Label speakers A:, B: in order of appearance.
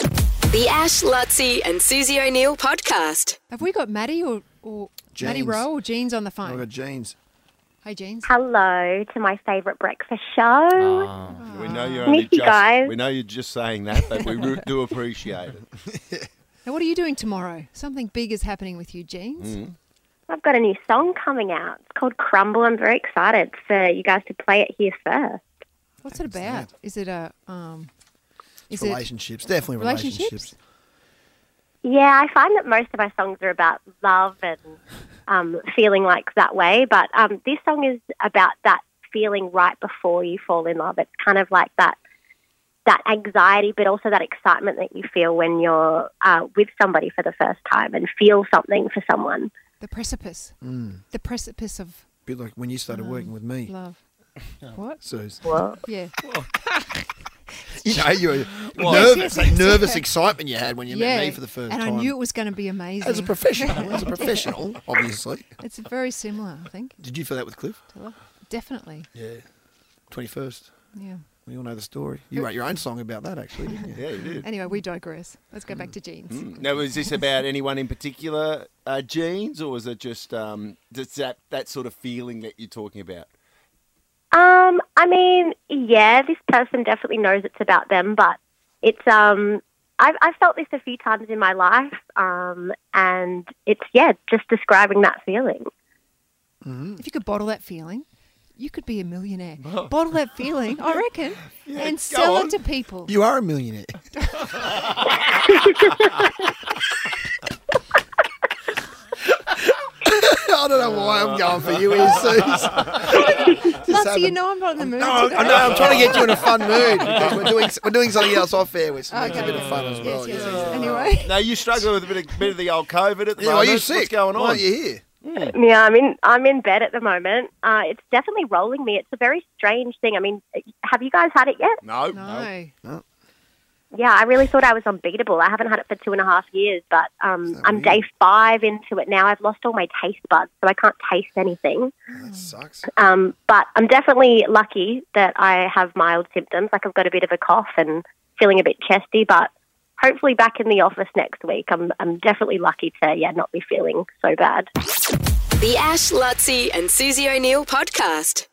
A: The Ash, Lutzi, and Susie O'Neill podcast.
B: Have we got Maddie or, or Maddie
C: Jeans. Oh
B: Rowe or Jeans on the
C: I've
B: phone?
C: got jeans.
B: hey, Jeans.
D: Hello to my favourite breakfast show.
E: We know you're
D: Miss
E: only
D: you
E: just.
D: guys.
E: We know you're just saying that, but we re- do appreciate it.
B: Now, what are you doing tomorrow? Something big is happening with you, Jeans.
C: Mm.
D: I've got a new song coming out. It's called Crumble. I'm very excited for you guys to play it here first.
B: What's it about? Is it a um? Is it
C: relationships, definitely relationships.
B: relationships?
D: Yeah, I find that most of my songs are about love and um, feeling like that way, but um, this song is about that feeling right before you fall in love. It's kind of like that that anxiety, but also that excitement that you feel when you're uh, with somebody for the first time and feel something for someone.
B: The precipice.
C: Mm.
B: The precipice of
C: Bit like when you started working with me.
B: love. What?
C: Suze.
B: Yeah.
C: You know, you were nervous, that nervous excitement you had when you
B: yeah.
C: met me for the first
B: and
C: time.
B: I knew it was going to be amazing.
C: as a professional, as a professional, obviously.
B: it's very similar, I think.
C: Did you feel that with Cliff?
B: to love. Definitely.
C: Yeah. Twenty first.
B: Yeah.
C: We all know the story. You wrote your own song about that, actually, didn't you?
E: Yeah, you did. Mm.
B: Anyway, we digress. Let's go back
C: Mm.
B: to Jeans.
E: Now, was this about anyone in particular, uh, jeans, or was it just um, just that that sort of feeling that you're talking about?
D: Um, I mean, yeah, this person definitely knows it's about them, but it's um, I've I've felt this a few times in my life, um, and it's yeah, just describing that feeling.
B: If you could bottle that feeling, you could be a millionaire. Bottle that feeling, I reckon, and sell
E: on.
B: it to people.
C: You are a millionaire. I don't know why I'm going for you here, Suze.
B: Plus, you
C: haven't-
B: know I'm not in the mood
C: No,
B: today.
C: I know. I'm trying to get you in a fun mood. because We're doing we're doing something else off air, which makes
B: Okay.
C: a bit of fun as well.
B: Yes, yes,
C: yeah.
B: yes. Anyway,
E: Now you struggle with a bit of, bit of the old COVID at the
C: Yeah, are
E: moment.
C: you sick?
E: What's going
C: Why
E: on? Mm.
C: aren't you here?
D: Yeah, I'm in I'm in bed at the moment. Uh, it's definitely rolling me. It's a very strange thing. I mean, have you guys had it yet?
E: No,
B: no.
D: Yeah, I really thought I was unbeatable. I haven't had it for two and a half years, but um, I'm day five into it now. I've lost all my taste buds, so I can't taste anything.
C: That sucks.
D: Um, but I'm definitely lucky that I have mild symptoms. Like I've got a bit of a cough and feeling a bit chesty, but hopefully back in the office next week. I'm I'm definitely lucky to yeah not be feeling so bad.
A: The Ash, Lutzi, and Susie O'Neill podcast.